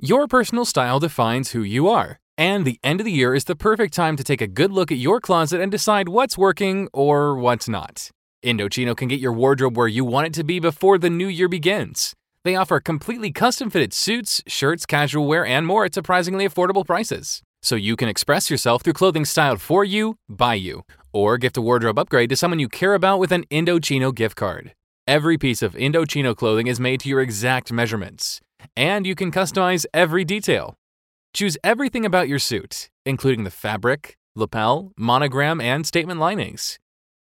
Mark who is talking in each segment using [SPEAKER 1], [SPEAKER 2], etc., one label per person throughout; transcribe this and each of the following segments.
[SPEAKER 1] Your personal style defines who you are, and the end of the year is the perfect time to take a good look at your closet and decide what's working or what's not. Indochino can get your wardrobe where you want it to be before the new year begins. They offer completely custom fitted suits, shirts, casual wear, and more at surprisingly affordable prices. So you can express yourself through clothing styled for you, by you, or gift a wardrobe upgrade to someone you care about with an Indochino gift card. Every piece of Indochino clothing is made to your exact measurements, and you can customize every detail. Choose everything about your suit, including the fabric, lapel, monogram, and statement linings.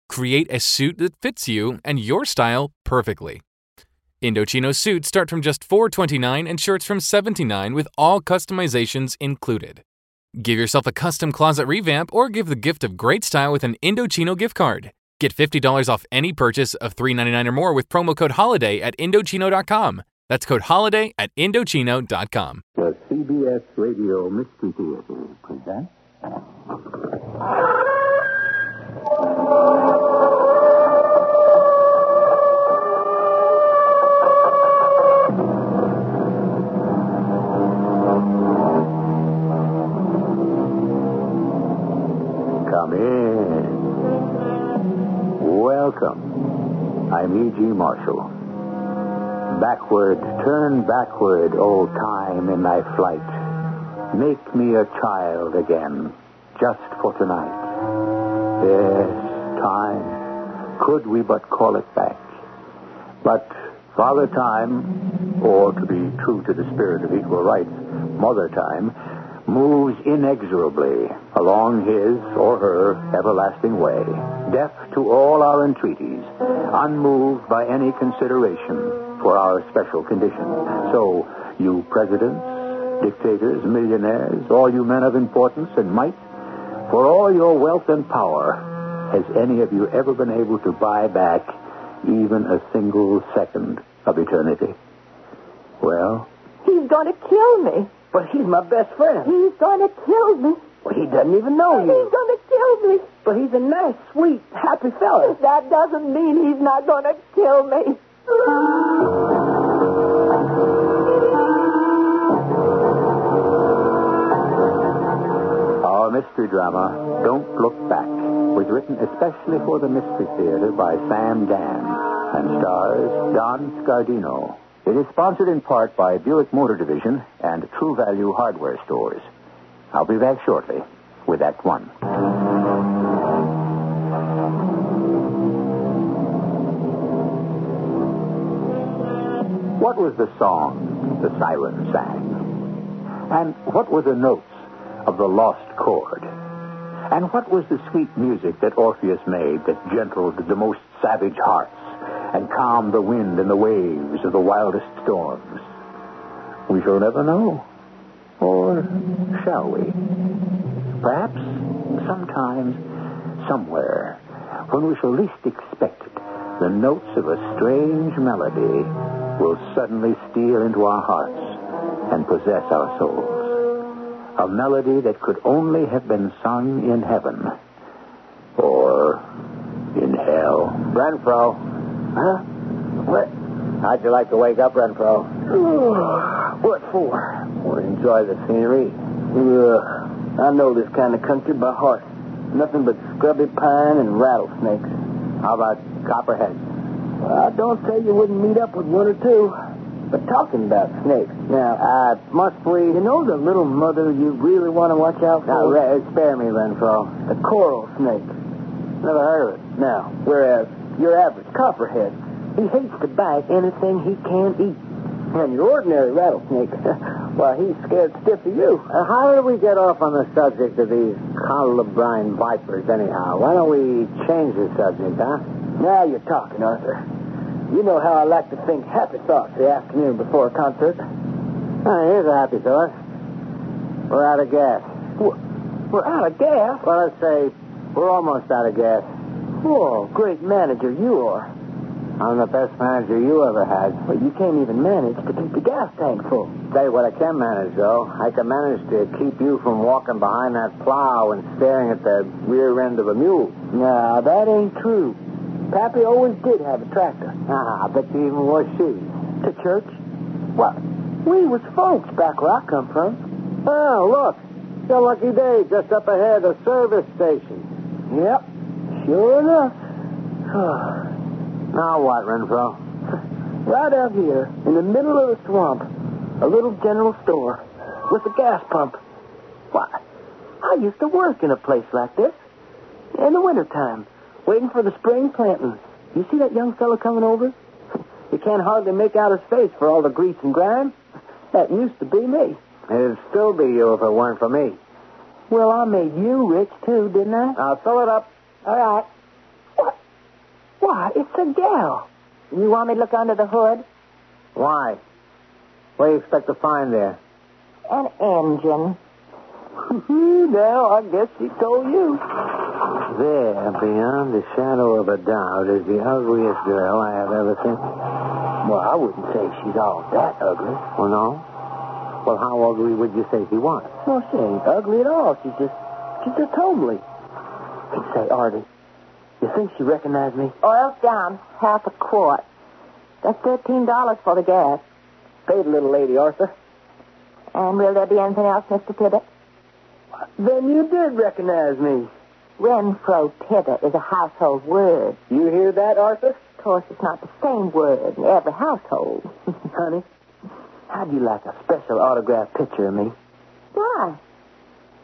[SPEAKER 1] Create a suit that fits you and your style perfectly. Indochino suits start from just $4.29 and shirts from $79 with all customizations included. Give yourself a custom closet revamp or give the gift of great style with an Indochino gift card. Get $50 off any purchase of $3.99 or more with promo code HOLIDAY at Indochino.com. That's code HOLIDAY at Indochino.com.
[SPEAKER 2] The CBS Radio Mystery Theater presents. Come in. Welcome. I'm E.G. Marshall. Backward, turn backward, old time in thy flight. Make me a child again, just for tonight. Yes, time. Could we but call it back? But Father Time, or to be true to the spirit of equal rights, Mother Time, moves inexorably along his or her everlasting way, deaf to all our entreaties, unmoved by any consideration for our special condition. So, you presidents, dictators, millionaires, all you men of importance and might, for all your wealth and power, has any of you ever been able to buy back even a single second of eternity? Well,
[SPEAKER 3] He's going to kill me.
[SPEAKER 4] But he's my best friend.
[SPEAKER 3] He's going to kill me.
[SPEAKER 4] Well, he doesn't even know
[SPEAKER 3] He's
[SPEAKER 4] you.
[SPEAKER 3] going to kill me.
[SPEAKER 4] But he's a nice, sweet, happy fellow.
[SPEAKER 3] That doesn't mean he's not going to kill me.
[SPEAKER 2] Our mystery drama, Don't Look Back, was written especially for the Mystery Theater by Sam Dan and stars Don Scardino. It is sponsored in part by Buick Motor Division and True Value Hardware Stores. I'll be back shortly with Act One. What was the song the siren sang? And what were the notes of the lost chord? And what was the sweet music that Orpheus made that gentled the most savage hearts and calmed the wind and the waves of the wildest storms? We shall never know. Or shall we? Perhaps sometime, somewhere, when we shall least expect it, the notes of a strange melody will suddenly steal into our hearts and possess our souls. A melody that could only have been sung in heaven or in hell. Renfro. Huh? What? How'd you like to wake up, Renfro? what for? Well, enjoy the scenery.
[SPEAKER 4] Ugh. I know this kind of country by heart. Nothing but scrubby pine and rattlesnakes.
[SPEAKER 2] How about copperheads?
[SPEAKER 4] Well, I don't say you wouldn't meet up with one or two. But talking about snakes, now, I must we... You know the little mother you really want to watch out for? Now, re- spare me, Renfro. The coral snake. Never heard of it. Now, whereas your average copperhead, he hates to bite anything he can eat. And your ordinary rattlesnake, well, he's scared stiff of you. Uh, how do we get off on the subject of these colubrine vipers, anyhow? Why don't we change the subject, huh? Now you're talking, Arthur. You know how I like to think happy thoughts the afternoon before Ah, a concert.
[SPEAKER 2] Oh, here's a happy thought. We're out of gas. We're out of gas? Well, let's say we're almost out of gas. Oh, great manager you are. I'm the best manager you ever had. Well, you can't even manage to keep the gas tank full. Tell you what I can manage, though. I can manage to keep you from walking behind that plow and staring at the rear end of a mule. No, that ain't true. Pappy always did have a tractor. Ah, I bet you even wore shoes. To church? What? We was folks back where I come from. Oh, look. It's a lucky day just up ahead, a service station. Yep. Sure enough. now what, Renfro? Right out here, in the middle of the swamp, a little general store with a gas pump. Why, I used to work in a place like this. In the wintertime, waiting for the spring planting. You see that young fellow coming over? You can't hardly make out his face for all the grease and grime. That used to be me. It'd still be you if it weren't for me. Well, I made you rich, too, didn't I? Now, fill it up. All right. What? Why, it's a gal. You want me to look under the hood? Why? What do you expect to find there?
[SPEAKER 3] An engine.
[SPEAKER 2] now, I guess she told you. There, beyond the shadow of a doubt, is the ugliest girl I have ever seen. Well, I wouldn't say she's all that ugly. Well, no? Well, how ugly would you say she was? No, she ain't ugly at all. She's just, she's just homely. And say, Artie, you think she recognized me?
[SPEAKER 3] Oil's down half a quart. That's thirteen dollars for the gas.
[SPEAKER 2] Paid little lady, Arthur.
[SPEAKER 3] And will there be anything else, Mr. Tibbet?
[SPEAKER 2] Then you did recognize me.
[SPEAKER 3] Renfro Tibbet is a household word.
[SPEAKER 2] You hear that, Arthur?
[SPEAKER 3] Of course, it's not the same word in every household.
[SPEAKER 2] Honey, how'd you like a special autograph picture of me?
[SPEAKER 3] Why?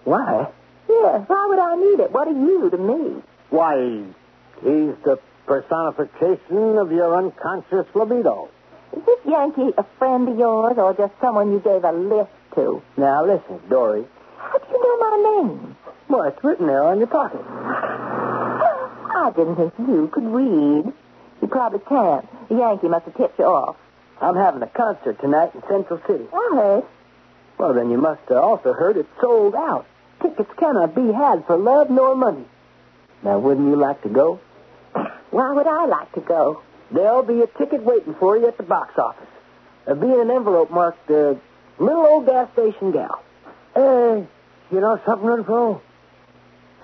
[SPEAKER 2] Why?
[SPEAKER 3] Yes, why would I need it? What are you to me?
[SPEAKER 2] Why, he's the personification of your unconscious libido.
[SPEAKER 3] Is this Yankee a friend of yours or just someone you gave a lift to?
[SPEAKER 2] Now, listen, Dory.
[SPEAKER 3] How do you know my name?
[SPEAKER 2] Well, it's written there on your pocket.
[SPEAKER 3] I didn't think you could read. You probably can't. The Yankee must have tipped you off.
[SPEAKER 2] I'm having a concert tonight in Central City.
[SPEAKER 3] I heard.
[SPEAKER 2] Well, then you must have also heard it's sold out. Tickets cannot be had for love nor money. Now, wouldn't you like to go?
[SPEAKER 3] Why would I like to go?
[SPEAKER 2] There'll be a ticket waiting for you at the box office. There'll be an envelope marked, uh, Little Old Gas Station Gal. Hey, you know something, Renfro?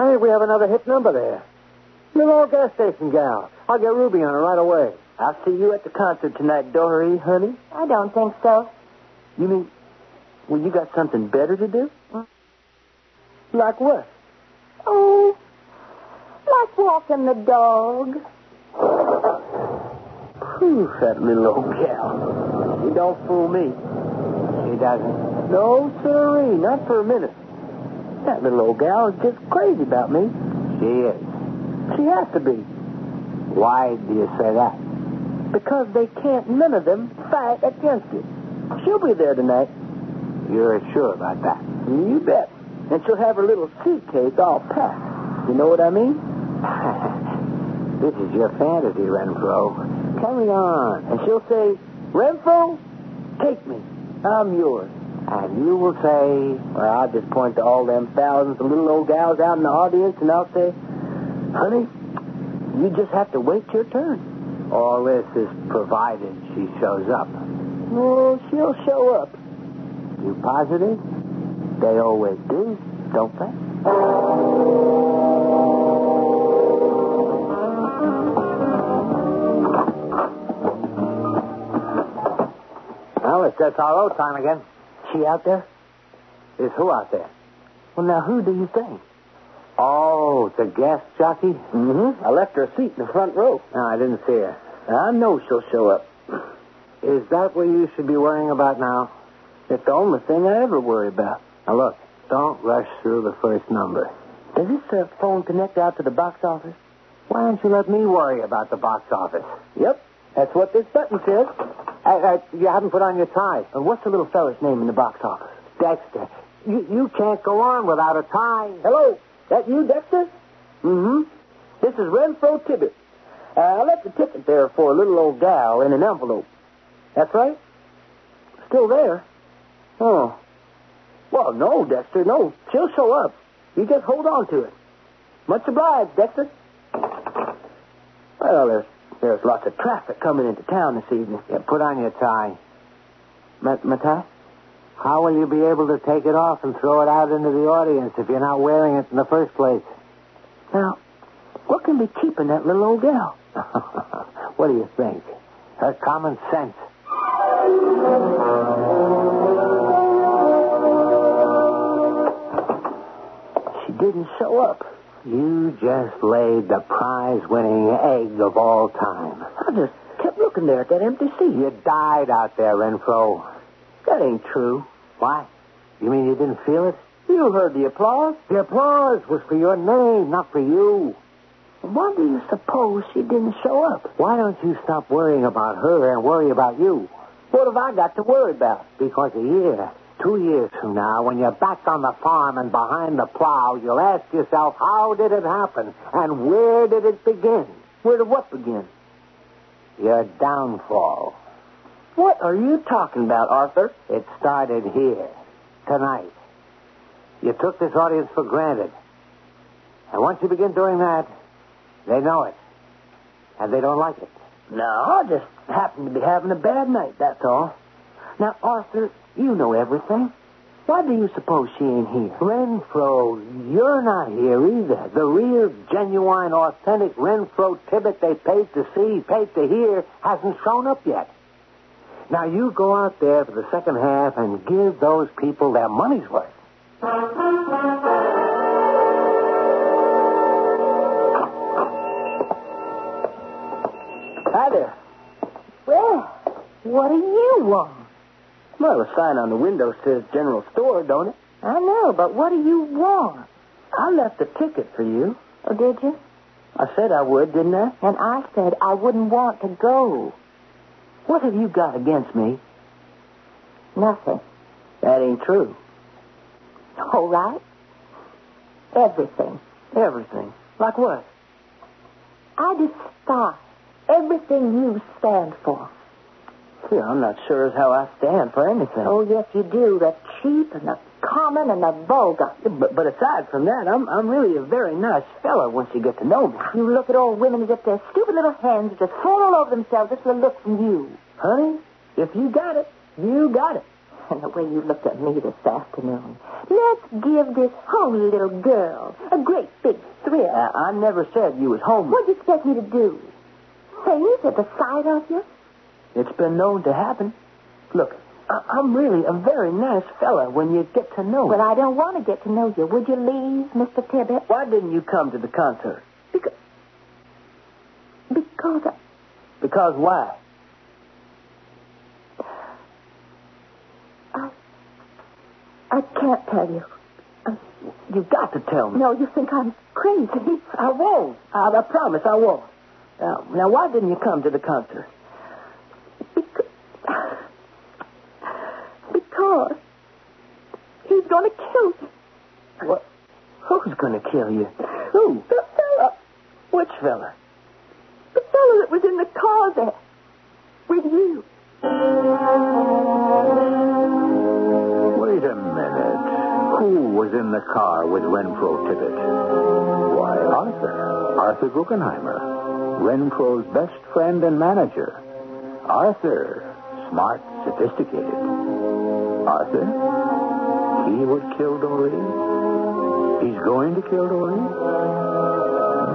[SPEAKER 2] Hey, we have another hit number there. Little Old Gas Station Gal. I'll get Ruby on it right away. I'll see you at the concert tonight, Dory, honey.
[SPEAKER 3] I don't think so.
[SPEAKER 2] You mean, well, you got something better to do? Like what?
[SPEAKER 3] Oh, like walking the dog.
[SPEAKER 2] Phew, that little old gal. She don't fool me. She doesn't. No, sirree, not for a minute. That little old gal is just crazy about me. She is. She has to be. Why do you say that? Because they can't, none of them, fight against you. She'll be there tonight. You're sure about that? You bet. And she'll have her little seed cake all packed. You know what I mean? this is your fantasy, Renfro. Carry on. And she'll say, Renfro, take me. I'm yours. And you will say, well, I'll just point to all them thousands of little old gals out in the audience, and I'll say, honey, you just have to wait your turn. All this is provided she shows up. Well, she'll show up. You positive? They always do, don't they? Well, it's SRO time again. She out there? Is who out there? Well, now, who do you think? Oh, the gas jockey? Mm-hmm. I left her a seat in the front row. No, I didn't see her. I know she'll show up. Is that what you should be worrying about now? It's the only thing I ever worry about. Now, look, don't rush through the first number. Does this uh, phone connect out to the box office? Why don't you let me worry about the box office? Yep, that's what this button says. I, I, you haven't put on your tie. Uh, what's the little fella's name in the box office? Dexter. You, you can't go on without a tie. Hello, that you, Dexter? Mm-hmm. This is Renfro Tibbet. Uh, I left a ticket there for a little old gal in an envelope. That's right. Still there. Oh. Well, no, Dexter, no. She'll show up. You just hold on to it. Much obliged, Dexter. Well, there's, there's lots of traffic coming into town this evening. Yeah, put on your tie. My, my tie? How will you be able to take it off and throw it out into the audience if you're not wearing it in the first place? Now, what can be keeping that little old gal? what do you think? Her common sense. She didn't show up. You just laid the prize winning egg of all time. I just kept looking there at that empty seat. You died out there, Renfro. That ain't true. Why? You mean you didn't feel it? You heard the applause. The applause was for your name, not for you. Why do you suppose she didn't show up? Why don't you stop worrying about her and worry about you? What have I got to worry about? Because a year, two years from now, when you're back on the farm and behind the plow, you'll ask yourself, how did it happen? And where did it begin? Where did what begin? Your downfall. What are you talking about, Arthur? It started here, tonight. You took this audience for granted. And once you begin doing that, they know it. And they don't like it. No, I just happen to be having a bad night, that's all. Now, Arthur, you know everything. Why do you suppose she ain't here? Renfro, you're not here either. The real, genuine, authentic Renfro Tibbet they paid to see, paid to hear, hasn't shown up yet. Now, you go out there for the second half and give those people their money's worth. Hi there.
[SPEAKER 3] Well, what do you want?
[SPEAKER 2] Well, the sign on the window says General Store, don't it?
[SPEAKER 3] I know, but what do you want?
[SPEAKER 2] I left a ticket for you.
[SPEAKER 3] Oh, did you?
[SPEAKER 2] I said I would, didn't I?
[SPEAKER 3] And I said I wouldn't want to go.
[SPEAKER 2] What have you got against me?
[SPEAKER 3] Nothing.
[SPEAKER 2] That ain't true.
[SPEAKER 3] All right. Everything.
[SPEAKER 2] Everything. Like what?
[SPEAKER 3] I despise everything you stand for.
[SPEAKER 2] Yeah, I'm not sure as how I stand for anything.
[SPEAKER 3] Oh, yes, you do. The cheap and the common and the vulgar.
[SPEAKER 2] But, but aside from that, I'm, I'm really a very nice fellow once you get to know me.
[SPEAKER 3] You look at old women as if their stupid little hands just fall all over themselves just to look from you.
[SPEAKER 2] Honey, if you got it, you got it.
[SPEAKER 3] And the way you looked at me this afternoon. Let's give this homely little girl a great big thrill.
[SPEAKER 2] Uh, I never said you was homeless.
[SPEAKER 3] What'd you expect me to do? Faint at the sight of you?
[SPEAKER 2] It's been known to happen. Look, I- I'm really a very nice fella when you get to know me.
[SPEAKER 3] Well, I don't want to get to know you. Would you leave, Mr. Tibbet?
[SPEAKER 2] Why didn't you come to the concert?
[SPEAKER 3] Because, because I,
[SPEAKER 2] Because why?
[SPEAKER 3] I, I can't tell you.
[SPEAKER 2] You got to tell me.
[SPEAKER 3] No, you think I'm crazy.
[SPEAKER 2] I won't. I, I promise I won't. Now, now, why didn't you come to the concert?
[SPEAKER 3] Because, because he's going to kill me.
[SPEAKER 2] What? Who's going to kill you? Who?
[SPEAKER 3] The fellow,
[SPEAKER 2] Which fella?
[SPEAKER 3] the fellow that was in the car there with you.
[SPEAKER 5] Wait a minute. Who was in the car with Renfro Tibbet? Why, Arthur. Arthur Guggenheimer. Renfro's best friend and manager. Arthur. Smart, sophisticated. Arthur? He would kill Doreen? He's going to kill Doreen?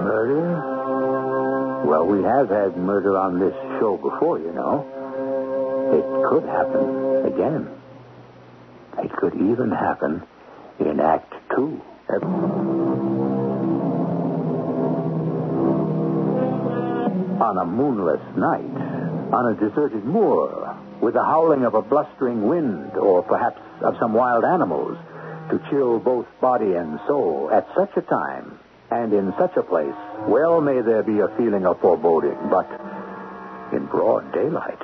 [SPEAKER 5] Murder? Well, we have had murder on this show before, you know. It could happen again. It could even happen in Act Two. On a moonless night, on a deserted moor, with the howling of a blustering wind, or perhaps of some wild animals, to chill both body and soul at such a time and in such a place, well may there be a feeling of foreboding, but in broad daylight,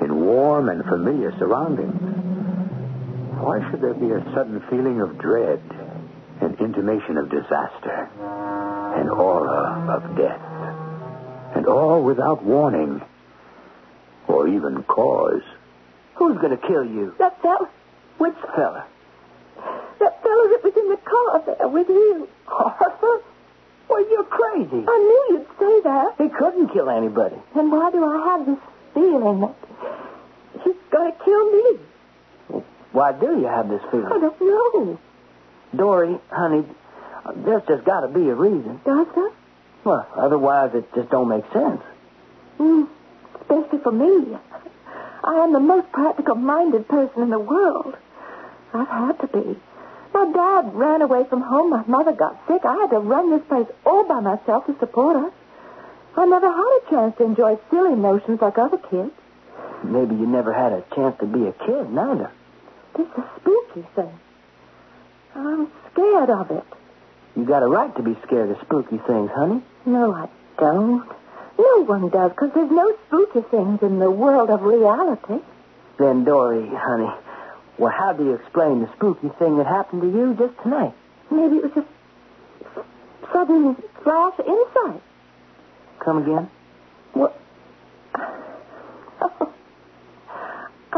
[SPEAKER 5] in warm and familiar surroundings. Why should there be a sudden feeling of dread, an intimation of disaster, an aura of death, and all without warning or even cause?
[SPEAKER 2] Who's going to kill you?
[SPEAKER 3] That fellow,
[SPEAKER 2] Which fella?
[SPEAKER 3] That fellow that was in the car there with you.
[SPEAKER 2] Arthur? Well, you're crazy.
[SPEAKER 3] I knew you'd say that.
[SPEAKER 2] He couldn't kill anybody.
[SPEAKER 3] Then why do I have this feeling that he's going to kill me?
[SPEAKER 2] Why do you have this
[SPEAKER 3] I
[SPEAKER 2] feeling?
[SPEAKER 3] don't know.
[SPEAKER 2] Dory, honey, there's just got to be a reason.
[SPEAKER 3] Does that?
[SPEAKER 2] Well, otherwise it just don't make sense.
[SPEAKER 3] Mm, especially for me. I am the most practical-minded person in the world. I've had to be. My dad ran away from home. My mother got sick. I had to run this place all by myself to support us. I never had a chance to enjoy silly notions like other kids.
[SPEAKER 2] Maybe you never had a chance to be a kid, neither.
[SPEAKER 3] This is spooky thing. I'm scared of it.
[SPEAKER 2] You got a right to be scared of spooky things, honey.
[SPEAKER 3] No, I don't. No one does, because there's no spooky things in the world of reality.
[SPEAKER 2] Then, Dory, honey, well, how do you explain the spooky thing that happened to you just tonight?
[SPEAKER 3] Maybe it was just sudden flash insight.
[SPEAKER 2] Come again?
[SPEAKER 3] What?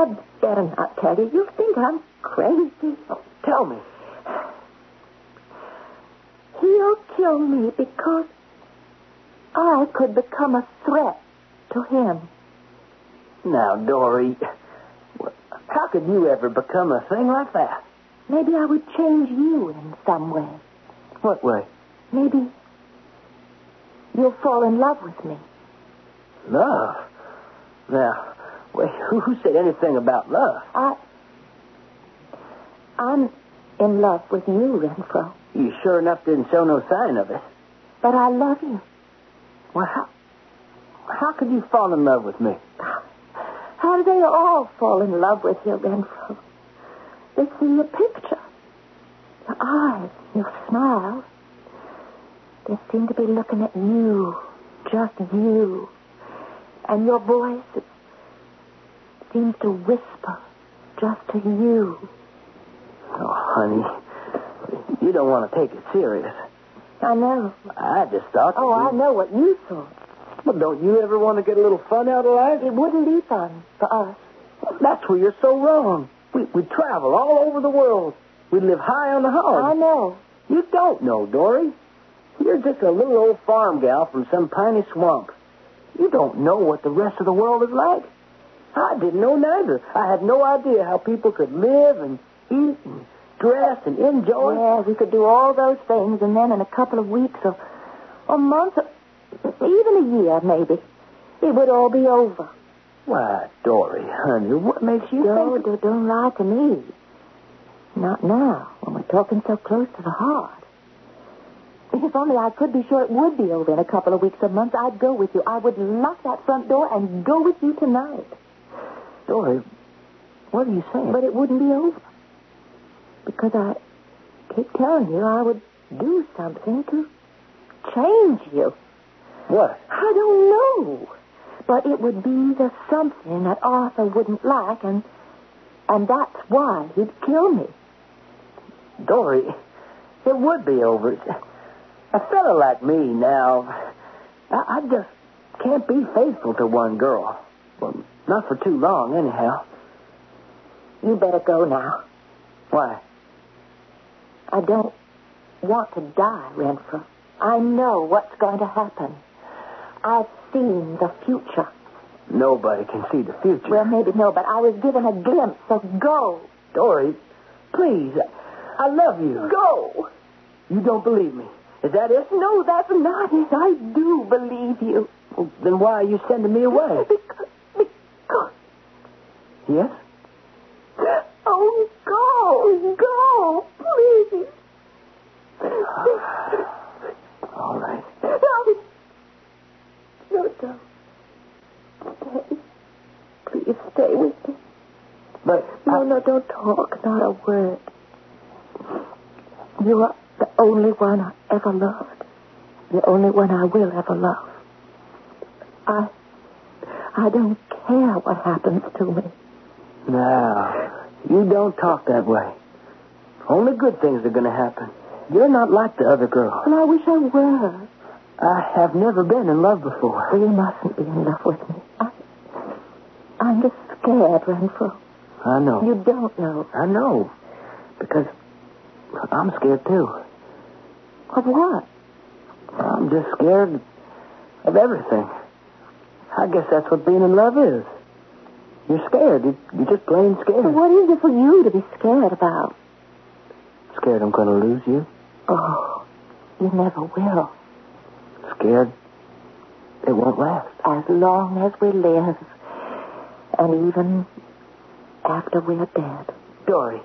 [SPEAKER 3] Oh, I'd better not tell you. You'll think I'm crazy.
[SPEAKER 2] Oh, Tell me.
[SPEAKER 3] He'll kill me because I could become a threat to him.
[SPEAKER 2] Now, Dory, well, how could you ever become a thing like that?
[SPEAKER 3] Maybe I would change you in some way.
[SPEAKER 2] What way?
[SPEAKER 3] Maybe you'll fall in love with me.
[SPEAKER 2] Love. Now, wait, who who said anything about love?
[SPEAKER 3] I. I'm in love with you, Renfro.
[SPEAKER 2] You sure enough didn't show no sign of it.
[SPEAKER 3] But I love you.
[SPEAKER 2] Well, how, how could you fall in love with me?
[SPEAKER 3] How do they all fall in love with you, Renfro? They see your picture, your eyes, your smile. They seem to be looking at you, just you. And your voice it seems to whisper just to you.
[SPEAKER 2] Oh, honey, you don't want to take it serious.
[SPEAKER 3] I know.
[SPEAKER 2] I just thought.
[SPEAKER 3] Oh, I know what you saw.
[SPEAKER 2] Well, don't you ever want to get a little fun out of life?
[SPEAKER 3] It wouldn't be fun for us.
[SPEAKER 2] That's where you're so wrong. We we travel all over the world. We live high on the hog.
[SPEAKER 3] I know.
[SPEAKER 2] You don't know, Dory. You're just a little old farm gal from some piney swamp. You don't know what the rest of the world is like. I didn't know neither. I had no idea how people could live and eat and dress and enjoy.
[SPEAKER 3] Yeah, we could do all those things, and then in a couple of weeks or, or months, or even a year, maybe, it would all be over.
[SPEAKER 2] Why, Dory, honey, what makes you
[SPEAKER 3] No,
[SPEAKER 2] think...
[SPEAKER 3] don't, don't lie to me. Not now, when we're talking so close to the heart. If only I could be sure it would be over in a couple of weeks or months, I'd go with you. I would lock that front door and go with you tonight.
[SPEAKER 2] Dory, what are you saying?
[SPEAKER 3] But it wouldn't be over. Because I keep telling you I would do something to change you.
[SPEAKER 2] What?
[SPEAKER 3] I don't know. But it would be the something that Arthur wouldn't like, and and that's why he'd kill me.
[SPEAKER 2] Dory, it would be over. A fella like me now, I, I just can't be faithful to one girl. Well, not for too long, anyhow.
[SPEAKER 3] You better go now.
[SPEAKER 2] Why?
[SPEAKER 3] I don't want to die, Renfrew. I know what's going to happen. I've seen the future.
[SPEAKER 2] Nobody can see the future.
[SPEAKER 3] Well, maybe no, but I was given a glimpse, so go.
[SPEAKER 2] Dory, please, I love you.
[SPEAKER 3] Go!
[SPEAKER 2] You don't believe me. Is that it?
[SPEAKER 3] No, that's not it. I do believe you.
[SPEAKER 2] Well, then why are you sending me away?
[SPEAKER 3] Because, because.
[SPEAKER 2] yes?
[SPEAKER 3] Oh, go, go, please.
[SPEAKER 2] All right.
[SPEAKER 3] No, no, don't. Stay. Please stay with me.
[SPEAKER 2] But
[SPEAKER 3] No, no, don't talk, not a word. You are the only one I ever loved. The only one I will ever love. I, I don't care what happens to me.
[SPEAKER 2] Now, you don't talk that way. Only good things are going to happen. You're not like the other girl.
[SPEAKER 3] And I wish I were. Oh,
[SPEAKER 2] I have never been in love before.
[SPEAKER 3] You mustn't be in love with me. I, I'm just scared, Renfro.
[SPEAKER 2] I know.
[SPEAKER 3] You don't know.
[SPEAKER 2] I know. Because I'm scared, too.
[SPEAKER 3] Of what?
[SPEAKER 2] I'm just scared of everything. I guess that's what being in love is. You're scared. You- You're just plain
[SPEAKER 3] So
[SPEAKER 2] scared.
[SPEAKER 3] what is it for you to be scared about?
[SPEAKER 2] Scared I'm going to lose you.
[SPEAKER 3] Oh, you never will.
[SPEAKER 2] Scared it won't last.
[SPEAKER 3] As long as we live, and even after we're dead.
[SPEAKER 2] Dory,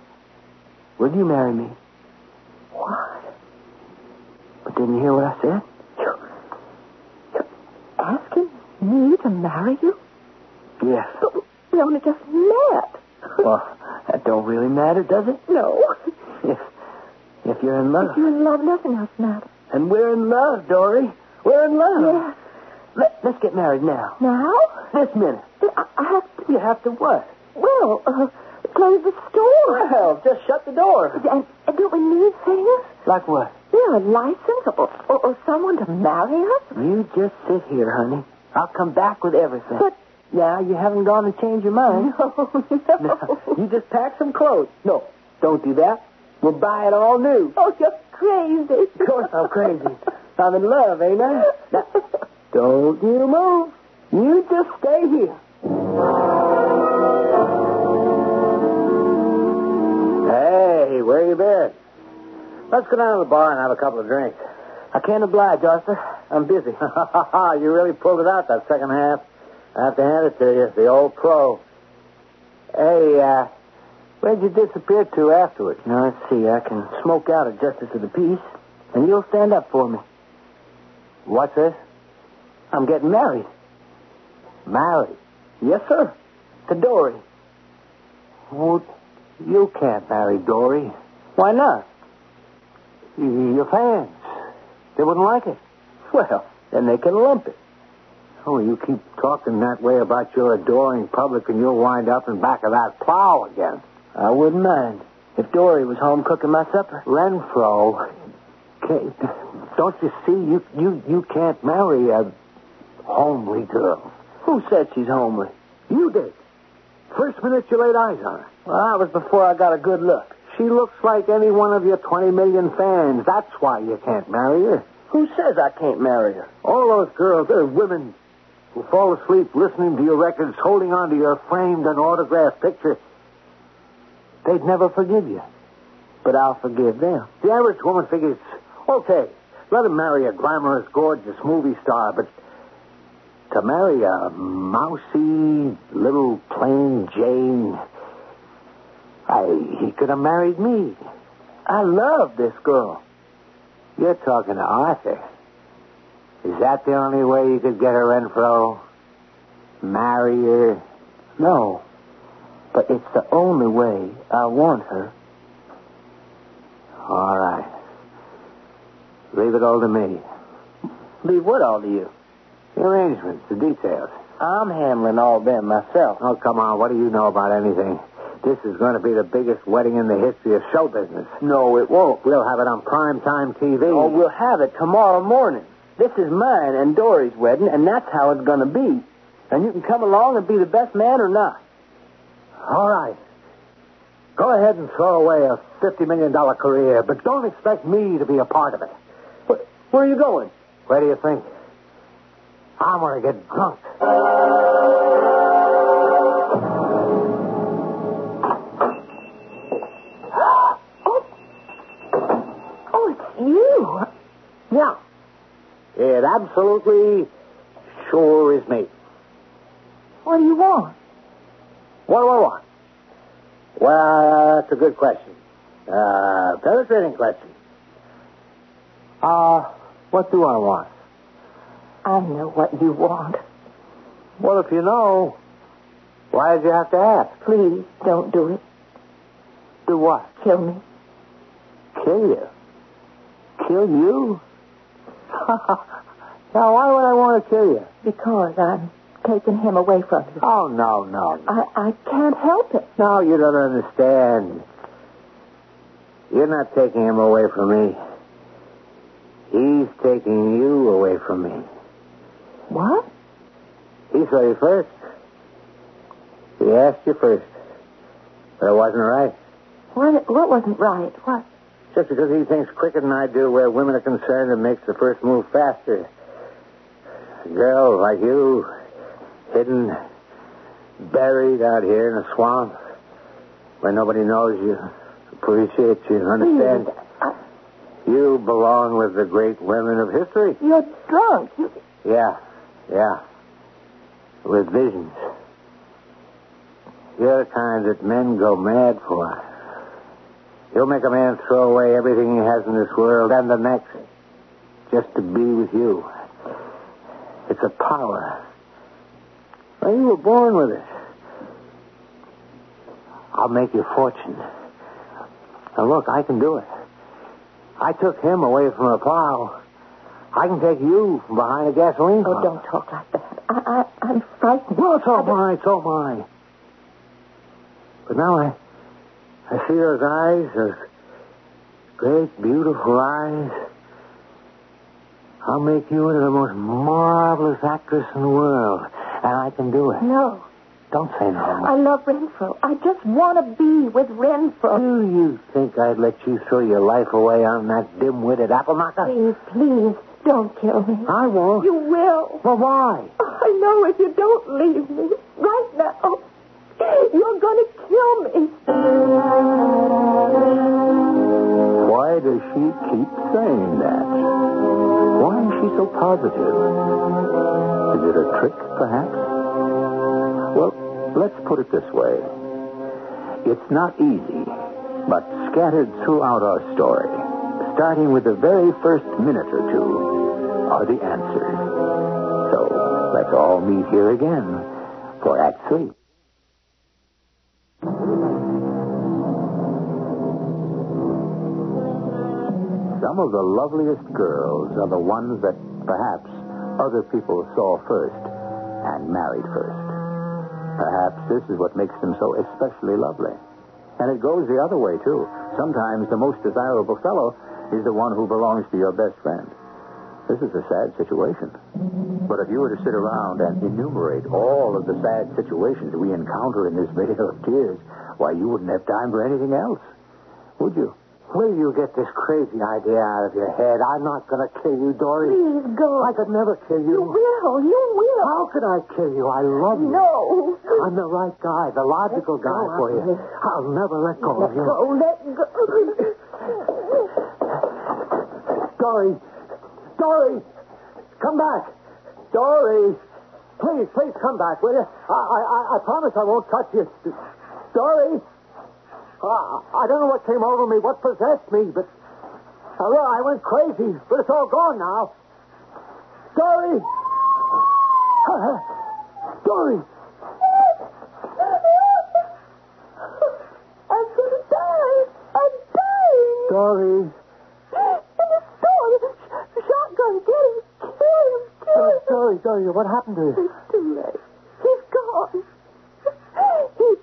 [SPEAKER 2] will you marry me?
[SPEAKER 3] What?
[SPEAKER 2] But didn't you hear what I said?
[SPEAKER 3] You, you're asking me to marry you?
[SPEAKER 2] Yes.
[SPEAKER 3] We only just met.
[SPEAKER 2] Well, that don't really matter, does it?
[SPEAKER 3] No.
[SPEAKER 2] If, if you're in love.
[SPEAKER 3] If you're in love, nothing else matters.
[SPEAKER 2] And we're in love, Dory. We're in love.
[SPEAKER 3] Yes.
[SPEAKER 2] Let, let's get married now.
[SPEAKER 3] Now?
[SPEAKER 2] This minute.
[SPEAKER 3] But I, I have to,
[SPEAKER 2] You have to what?
[SPEAKER 3] well, uh, close the store.
[SPEAKER 2] Well, just shut the door.
[SPEAKER 3] And, and don't we need things?
[SPEAKER 2] Like what?
[SPEAKER 3] Yeah, a license or, or, or someone to marry us?
[SPEAKER 2] You just sit here, honey. I'll come back with everything.
[SPEAKER 3] But-
[SPEAKER 2] now you haven't gone to change your mind.
[SPEAKER 3] No,
[SPEAKER 2] No. You just pack some clothes. No, don't do that. We'll buy it all new.
[SPEAKER 3] Oh, you're crazy.
[SPEAKER 2] Of course I'm crazy. I'm in love, ain't I? Now, don't you move. You just stay here. Hey, where you been? Let's go down to the bar and have a couple of drinks. I can't oblige, Arthur. I'm busy. you really pulled it out that second half. I have to hand it to you, the old pro. Hey, uh, where'd you disappear to afterwards? Now, let's see. I can smoke out a justice of the peace, and you'll stand up for me. What's this? I'm getting married. Married? Yes, sir. To Dory. Well, you can't marry Dory. Why not? Your fans. They wouldn't like it. Well, then they can lump it. Oh, you keep talking that way about your adoring public, and you'll wind up in back of that plow again. I wouldn't mind if Dory was home cooking my supper. Renfro, can't, don't you see? You you you can't marry a homely girl. Who said she's homely? You did. First minute you laid eyes on her. Well, that was before I got a good look. She looks like any one of your 20 million fans. That's why you can't marry her. Who says I can't marry her? All those girls, they're women who fall asleep listening to your records, holding on to your framed and autographed picture. They'd never forgive you. But I'll forgive them. The average woman figures, okay, let him marry a glamorous, gorgeous movie star, but to marry a mousy little plain Jane. I, he could have married me. I love this girl. You're talking to Arthur. Is that the only way you could get her, Renfro? Marry her? No. But it's the only way I want her. All right. Leave it all to me. Leave what all to you? The arrangements, the details. I'm handling all them myself. Oh, come on. What do you know about anything? This is going to be the biggest wedding in the history of show business. No, it won't. We'll have it on prime time TV. Oh, we'll have it tomorrow morning. This is mine and Dory's wedding, and that's how it's going to be. And you can come along and be the best man or not. All right. Go ahead and throw away a $50 million career, but don't expect me to be a part of it. Where, where are you going? Where do you think? I want to get drunk.
[SPEAKER 3] Oh, it's you.
[SPEAKER 2] Yeah. It absolutely sure is me.
[SPEAKER 3] What do you want?
[SPEAKER 2] What do I want? Well, that's a good question. Uh, penetrating question. Uh, what do I want?
[SPEAKER 3] I know what you want.
[SPEAKER 2] Well, if you know, why did you have to ask?
[SPEAKER 3] Please don't do it.
[SPEAKER 2] Do what?
[SPEAKER 3] Kill me.
[SPEAKER 2] Kill you. Kill you? now, why would I want to kill you?
[SPEAKER 3] Because I'm taking him away from you.
[SPEAKER 2] Oh, no, no, no.
[SPEAKER 3] I, I can't help it.
[SPEAKER 2] No, you don't understand. You're not taking him away from me. He's taking you away from me.
[SPEAKER 3] What?
[SPEAKER 2] He saw you first. He asked you first. That wasn't right.
[SPEAKER 3] What, what wasn't right? What?
[SPEAKER 2] Just because he thinks quicker than I do where women are concerned and makes the first move faster. A girl like you, hidden, buried out here in a swamp where nobody knows you, appreciates you, understands.
[SPEAKER 3] Please, I,
[SPEAKER 2] You belong with the great women of history.
[SPEAKER 3] you're drunk. You,
[SPEAKER 2] Yeah, yeah. With visions. You're the kind that men go mad for. You'll make a man throw away everything he has in this world and the next just to be with you. It's a power. Well, you were born with it. I'll make your fortune. Now, look, I can do it. I took him away from a plow. I can take you from behind a gasoline
[SPEAKER 3] oh,
[SPEAKER 2] pump.
[SPEAKER 3] don't talk like that. I, I, I'm frightened.
[SPEAKER 2] Well, Oh, it's all mine, it's all mine. But now I, I see those eyes, those great, beautiful eyes. I'll make you into the most marvelous actress in the world, and I can do it.
[SPEAKER 3] No.
[SPEAKER 2] Don't say no.
[SPEAKER 3] I love Renfro. I just want to be with Renfro.
[SPEAKER 2] Do you think I'd let you throw your life away on that dim-witted apple knocker?
[SPEAKER 3] Please, please, don't kill me.
[SPEAKER 2] I won't.
[SPEAKER 3] You will.
[SPEAKER 2] Well, why?
[SPEAKER 3] I know if you don't leave me right now, you're going to kill me.
[SPEAKER 2] Why does she keep saying that? Why is she so positive? Is it a trick, perhaps? Well, let's put it this way. It's not easy, but scattered throughout our story, starting with the very first minute or two, are the answers. So let's all meet here again for Act Three. Some of the loveliest girls are the ones that perhaps other people saw first and married first. Perhaps this is what makes them so especially lovely. And it goes the other way, too. Sometimes the most desirable fellow is the one who belongs to your best friend. This is a sad situation. But if you were to sit around and enumerate all of the sad situations we encounter in this vale of tears, why, you wouldn't have time for anything else would you? Will you get this crazy idea out of your head? I'm not going to kill you, Dory.
[SPEAKER 3] Please go.
[SPEAKER 2] I could never kill
[SPEAKER 3] You
[SPEAKER 2] you.
[SPEAKER 3] will. You will.
[SPEAKER 2] How could I kill you? I love you.
[SPEAKER 3] No.
[SPEAKER 2] I'm the right guy, the logical
[SPEAKER 3] Let go
[SPEAKER 2] guy
[SPEAKER 3] of
[SPEAKER 2] for you.
[SPEAKER 3] me.
[SPEAKER 2] I'll never let go
[SPEAKER 3] Let
[SPEAKER 2] of you.
[SPEAKER 3] go. Let go.
[SPEAKER 2] Dory! Dory! Come back! Dory! Please, please come back, will you? I, I, I- I promise I won't touch you. Dory! I, I don't know what came over me, what possessed me, but. Uh, well, I went crazy, but it's all gone now. Dory! Dory!
[SPEAKER 3] I'm going to die. I'm dying.
[SPEAKER 2] Dory!
[SPEAKER 3] In the storm. Shotgun. Get him. Kill him. Kill him.
[SPEAKER 2] Dory, Dory, what happened to you?
[SPEAKER 3] It's too late. He's gone. He bit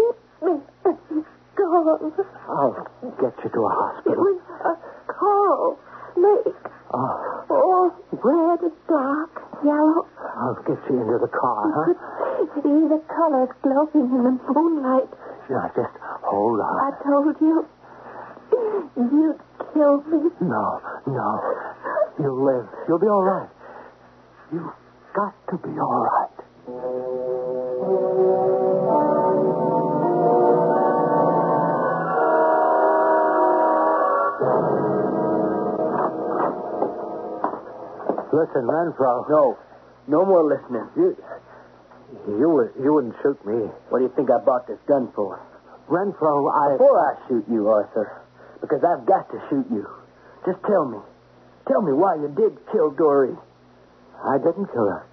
[SPEAKER 3] me, and he's gone.
[SPEAKER 2] I'll get you to a hospital.
[SPEAKER 3] It was a coral snake.
[SPEAKER 2] Oh.
[SPEAKER 3] All red, dark, yellow.
[SPEAKER 2] I'll get you into the car, huh?
[SPEAKER 3] See the colors glowing in the moonlight.
[SPEAKER 2] Now, just hold on.
[SPEAKER 3] I told you. You'd kill me.
[SPEAKER 2] No, no. You'll live. You'll be all right. You've got to be all right. Listen, Renfro. No, no more listening. You, you, would- you wouldn't shoot me. What do you think I bought this gun for? Renfro, I. Before I shoot you, Arthur, because I've got to shoot you. Just tell me. Tell me why you did kill Dory. I didn't kill her.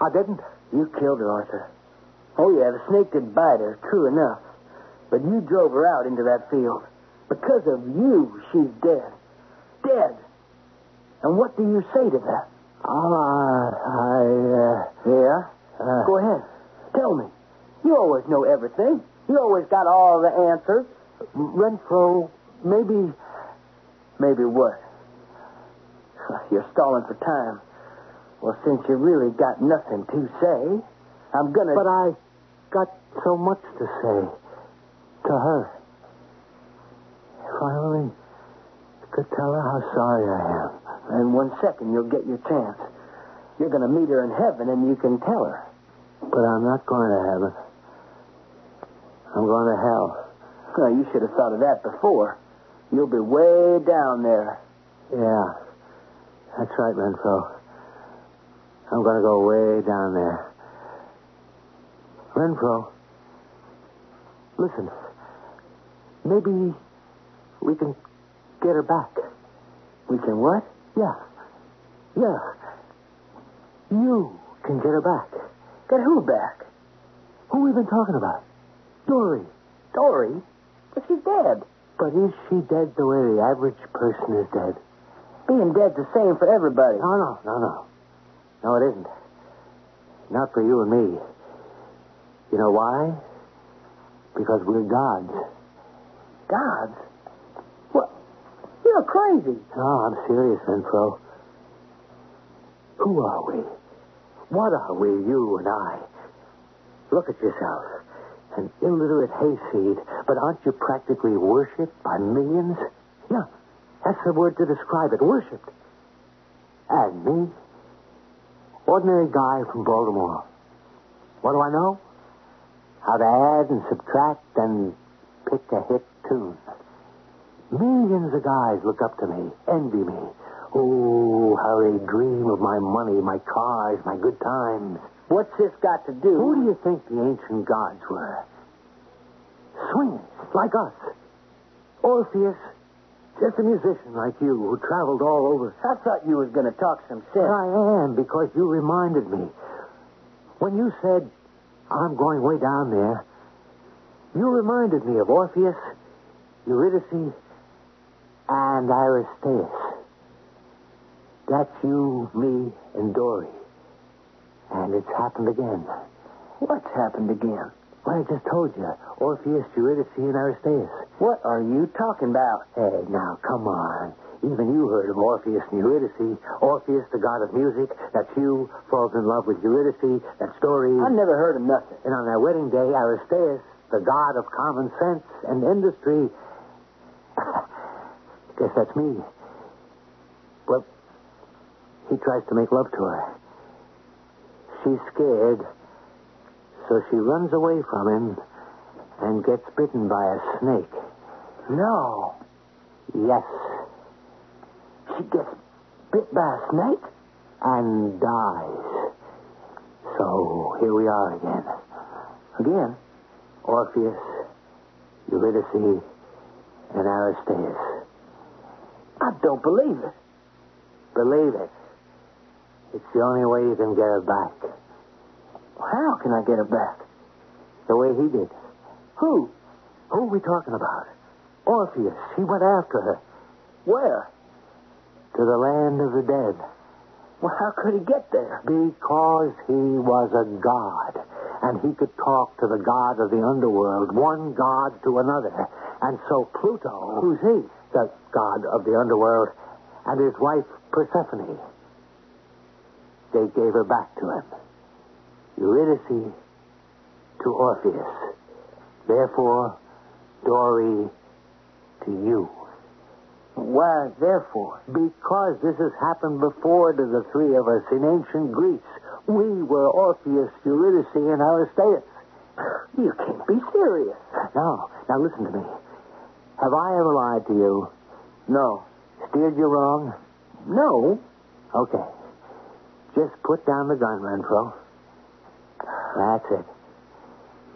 [SPEAKER 2] I didn't. You killed her, Arthur. Oh, yeah, the snake did bite her, true enough. But you drove her out into that field. Because of you, she's dead. Dead. And what do you say to that? Uh, I, uh... Yeah? Go ahead. Tell me. You always know everything. You always got all the answers. Renfro, maybe... Maybe what? You're stalling for time. Well, since you really got nothing to say, I'm gonna... But I got so much to say. to her. If I only could tell her how sorry I am. In one second, you'll get your chance. You're going to meet her in heaven, and you can tell her. But I'm not going to heaven. I'm going to hell. Now, you should have thought of that before. You'll be way down there. Yeah. That's right, Renfro. I'm going to go way down there. Renfro, listen. Maybe we can get her back. We can what? Yeah. Yeah. You can get her back. Get who back? Who we been talking about? Dory. Dory? But she's dead. But is she dead the way the average person is dead? Being dead's the same for everybody. No, no, no, no. No, it isn't. Not for you and me. You know why? Because we're gods. Gods? What? You're crazy. No, I'm serious, Renfro. Who are we? What are we, you and I? Look at yourself. An illiterate hayseed, but aren't you practically worshipped by millions? Yeah, that's the word to describe it, worshipped. And me? Ordinary guy from Baltimore. What do I know? How to add and subtract and pick a hit tune. Millions of guys look up to me, envy me. Oh, how they dream of my money, my cars, my good times. What's this got to do? Who do you think the ancient gods were? Swingers, like us. Orpheus, just a musician like you who traveled all over. I thought you was going to talk some sense. I am, because you reminded me. When you said, I'm going way down there, you reminded me of Orpheus, Eurydice, and Aristaeus. That's you, me, and Dory. And it's happened again. What's happened again? Well, I just told you. Orpheus, Eurydice, and Aristaeus. What are you talking about? Hey, now, come on. Even you heard of Orpheus and Eurydice. Orpheus, the god of music. That's you. Falls in love with Eurydice. That story. I never heard of nothing. And on their wedding day, Aristaeus, the god of common sense and industry. Guess that's me. Well, he tries to make love to her. She's scared, so she runs away from him and gets bitten by a snake. No. Yes. She gets bit by a snake? And dies. So here we are again. Again? Orpheus, Eurydice, and Aristaeus. I don't believe it. Believe it. It's the only way you can get her back. How can I get her back? The way he did. Who? Who are we talking about? Orpheus. He went after her. Where? To the land of the dead. Well, how could he get there? Because he was a god, and he could talk to the god of the underworld, one god to another. And so Pluto. Who's he? The god of the underworld, and his wife Persephone. They gave her back to him. Eurydice to Orpheus. Therefore, Dory to you. Why, therefore? Because this has happened before to the three of us in ancient Greece. We were Orpheus, Eurydice, and Aristaeus. You can't be serious. No. Now listen to me. Have I ever lied to you? No. Steered you wrong? No. Okay. Just put down the gun, Renfro. That's it.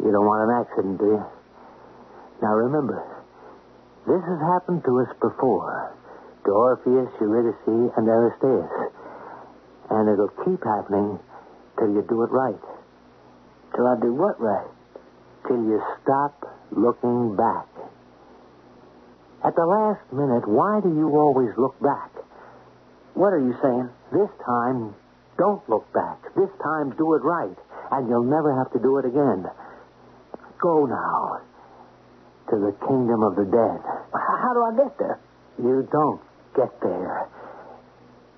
[SPEAKER 2] You don't want an accident, do you? Now remember, this has happened to us before to Orpheus, Eurydice, and Aristaeus. And it'll keep happening till you do it right. Till I do what right? Till you stop looking back. At the last minute, why do you always look back? What are you saying? This time, don't look back. This time, do it right, and you'll never have to do it again. Go now to the kingdom of the dead. How do I get there? You don't get there.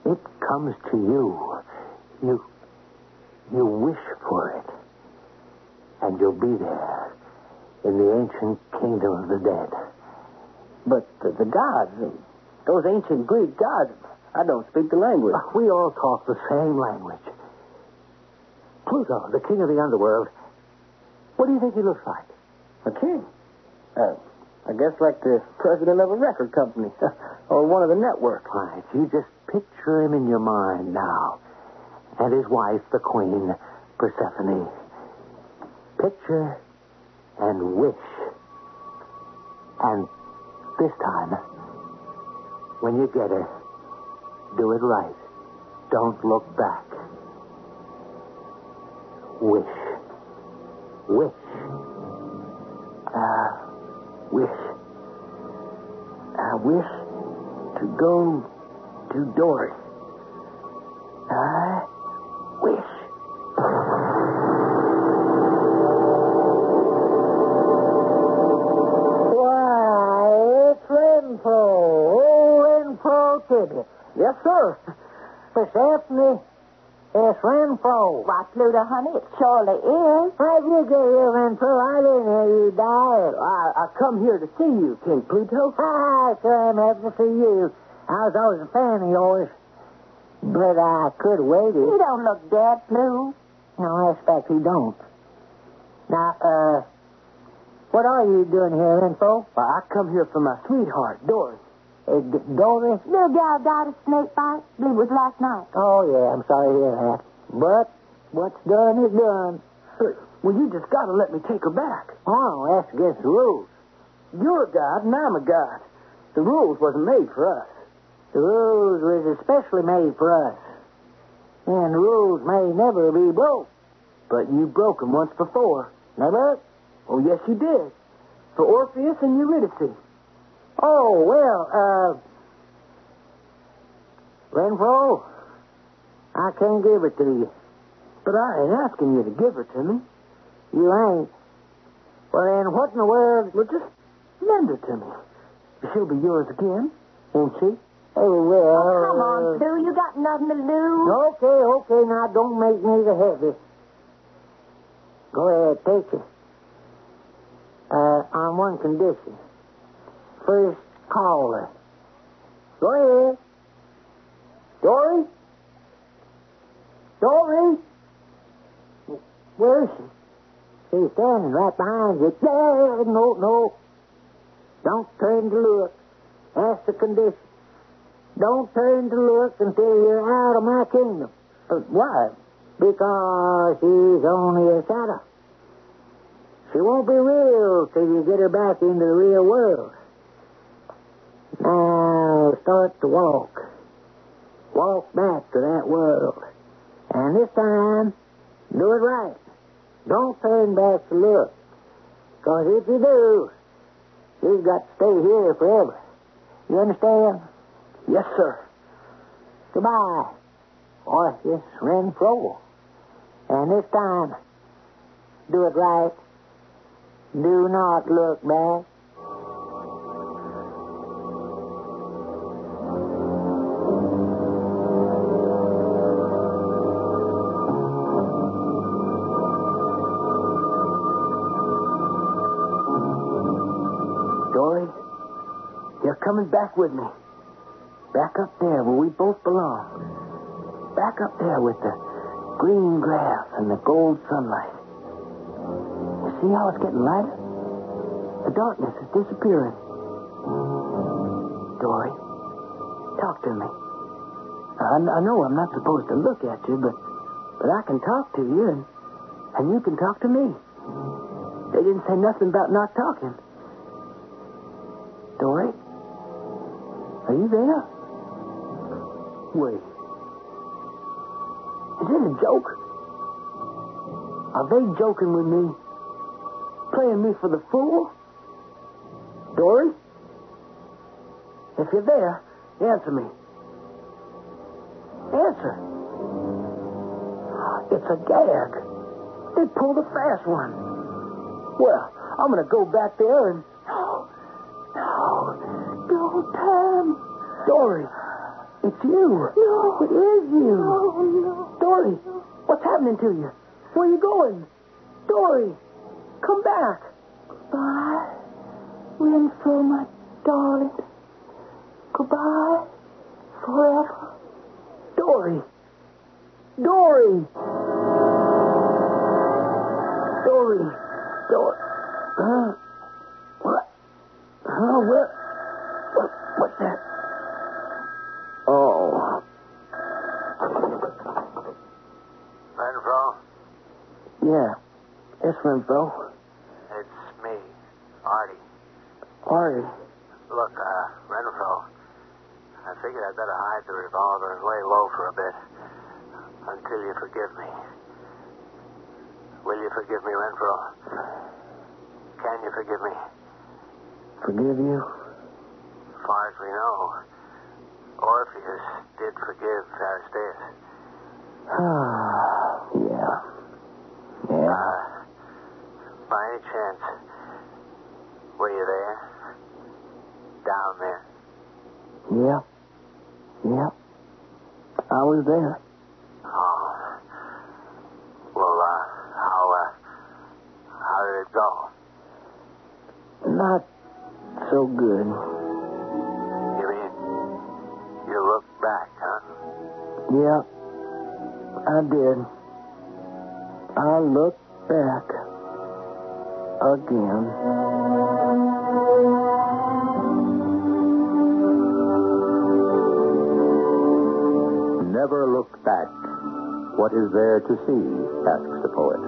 [SPEAKER 2] It comes to you. You you wish for it, and you'll be there. in the ancient kingdom of the dead. But the, the gods, those ancient Greek gods, I don't speak the language. We all talk the same language. Pluto, the king of the underworld, what do you think he looks like? A king? Uh, I guess like the president of a record company or one of the network clients. You just picture him in your mind now. And his wife, the queen, Persephone. Picture and wish. And this time, when you get her, do it right. Don't look back. Wish. Wish. Ah, wish. I wish to go to Doris. I wish. Why, it's Renfro. Oh, Renfro Tibbet. Yes, sir. Miss Anthony, it's Renfro.
[SPEAKER 3] Why, Pluto, honey, it surely is.
[SPEAKER 2] How'd you get here, Renfro? I didn't hear you die. I, I come here to see you, King Pluto. Ah, I sure am happy to see you. I was always a fan of yours. But I could wait
[SPEAKER 3] You don't look dead, Blue.
[SPEAKER 2] No, I expect you don't. Now, uh, what are you doing here, Renfro? Well, I come here for my sweetheart, Doris. Uh, D- Doris?
[SPEAKER 3] Little gal died of snake bite. Blue was last night.
[SPEAKER 2] Oh, yeah, I'm sorry to hear that. But what's done is done. Well, you just gotta let me take her back. Oh, that's against the rules. You're a god and I'm a god. The rules wasn't made for us. The rules was especially made for us. And rules may never be broke. But you broke them once before. Never? Oh, yes, you did. For Orpheus and Eurydice. Oh, well, uh... Renfro, I can't give it to you. But I ain't asking you to give her to me. You ain't. Well, then, what in the world? Well, just lend her to me. She'll be yours again, won't she? Oh, well... uh,
[SPEAKER 3] Oh, come on, Blue. You got nothing to lose.
[SPEAKER 2] Okay, okay, now don't make me the heavy. Go ahead, take it. Uh, on one condition. First caller. Go ahead. Dory? Dory? Where is she? She's standing right behind you. Yeah, no, no. Don't turn to look. That's the condition. Don't turn to look until you're out of my kingdom. But why? Because she's only a shadow. She won't be real till you get her back into the real world. Now start to walk. Walk back to that world. And this time, do it right. Don't turn back to look. Because if you do, you've got to stay here forever. You understand? Yes, sir. Goodbye, Orpheus Renfro. And this time, do it right. Do not look back. Dory, you're coming back with me. Back up there where we both belong. Back up there with the green grass and the gold sunlight. You see how it's getting lighter? The darkness is disappearing. Dory, talk to me. I, I know I'm not supposed to look at you, but but I can talk to you, and, and you can talk to me. They didn't say nothing about not talking. Dory? Are you there? Wait. Is it a joke? Are they joking with me? Playing me for the fool? Dory? If you're there, answer me. Answer. It's a gag. They pulled a fast one. Well, I'm going to go back there and. No. No. Don't turn. Dory, it's you. No. It is you.
[SPEAKER 3] Oh, no.
[SPEAKER 2] Dory, what's happening to you? Where are you going? Dory, come back.
[SPEAKER 3] Goodbye, Renfro, my darling. Goodbye, forever.
[SPEAKER 6] Dory! Dory! Dory! Dory! Huh? What? Huh? What? What? What's that? Oh.
[SPEAKER 7] Renfro,
[SPEAKER 6] Yeah. It's Renfro.
[SPEAKER 7] it's me, Artie.
[SPEAKER 6] Artie.
[SPEAKER 7] Look, uh, Renfro, I figured I'd better hide the revolver and lay low for a bit until you forgive me. Will you forgive me, Renfro? Can you forgive me?
[SPEAKER 6] Forgive you?
[SPEAKER 7] far as we know, Orpheus did forgive Aristaeus.
[SPEAKER 6] yeah. Yeah.
[SPEAKER 7] Uh, by any chance, were you there? Down there.
[SPEAKER 6] Yeah. Yeah. I was there.
[SPEAKER 7] Oh. Well, uh, how, uh, how did it go?
[SPEAKER 6] Not so good.
[SPEAKER 7] You mean, you look back, huh?
[SPEAKER 6] Yeah. I did. I look back again.
[SPEAKER 2] Never look back. What is there to see? asks the poet.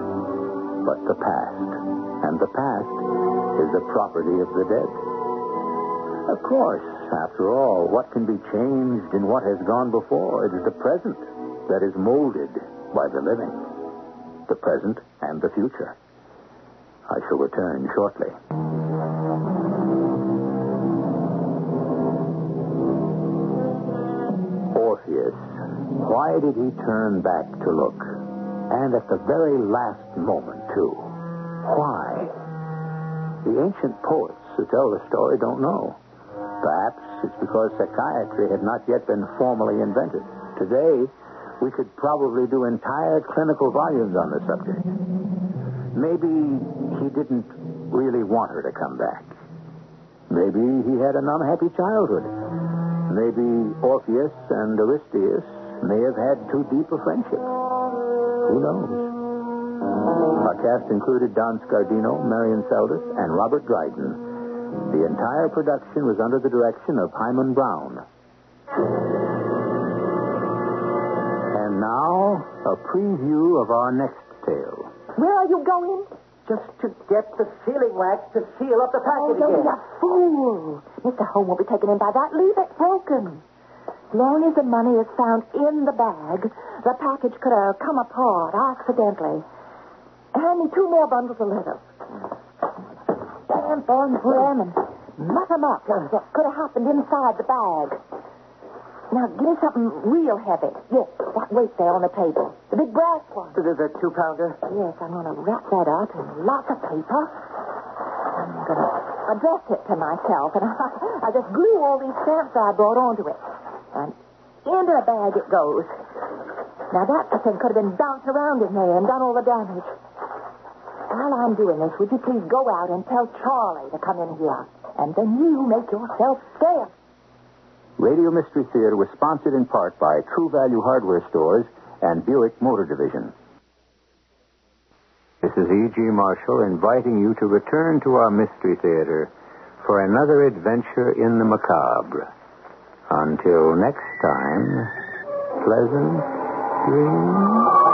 [SPEAKER 2] But the past. And the past is the property of the dead. Of course, after all, what can be changed in what has gone before? It is the present that is molded by the living. The present and the future. I shall return shortly. Orpheus, why did he turn back to look? And at the very last moment, too. Why? The ancient poets who tell the story don't know. Perhaps it's because psychiatry had not yet been formally invented. Today, we could probably do entire clinical volumes on the subject. Maybe he didn't really want her to come back. Maybe he had an unhappy childhood. Maybe Orpheus and Aristeus may have had too deep a friendship. Who knows? Our cast included Don Scardino, Marion Seldes, and Robert Dryden. The entire production was under the direction of Hyman Brown. And now, a preview of our next tale.
[SPEAKER 3] Where are you going?
[SPEAKER 6] Just to get the sealing wax to seal up the
[SPEAKER 3] Oh,
[SPEAKER 6] package
[SPEAKER 3] don't
[SPEAKER 6] again.
[SPEAKER 3] be a fool. Mr. Home will be taken in by that. Leave it broken. As long as the money is found in the bag, the package could have come apart accidentally. Hand me two more bundles of letters. Stamp on them and muck them up. What could have happened inside the bag? Now, give me something real heavy. Yes, that weight there on the table. The big brass one.
[SPEAKER 6] The, the two pounder.
[SPEAKER 3] Yes, I'm going to wrap that up in lots of paper. I'm going to address it to myself, and I, I just glue all these stamps I brought onto it. And into the bag it goes. Now, that thing could have been bounced around in there and done all the damage. While I'm doing this, would you please go out and tell Charlie to come in here? And then you make yourself scarce.
[SPEAKER 2] Radio Mystery Theater was sponsored in part by True Value Hardware Stores and Buick Motor Division. This is E.G. Marshall inviting you to return to our Mystery Theater for another adventure in the macabre. Until next time, pleasant dreams.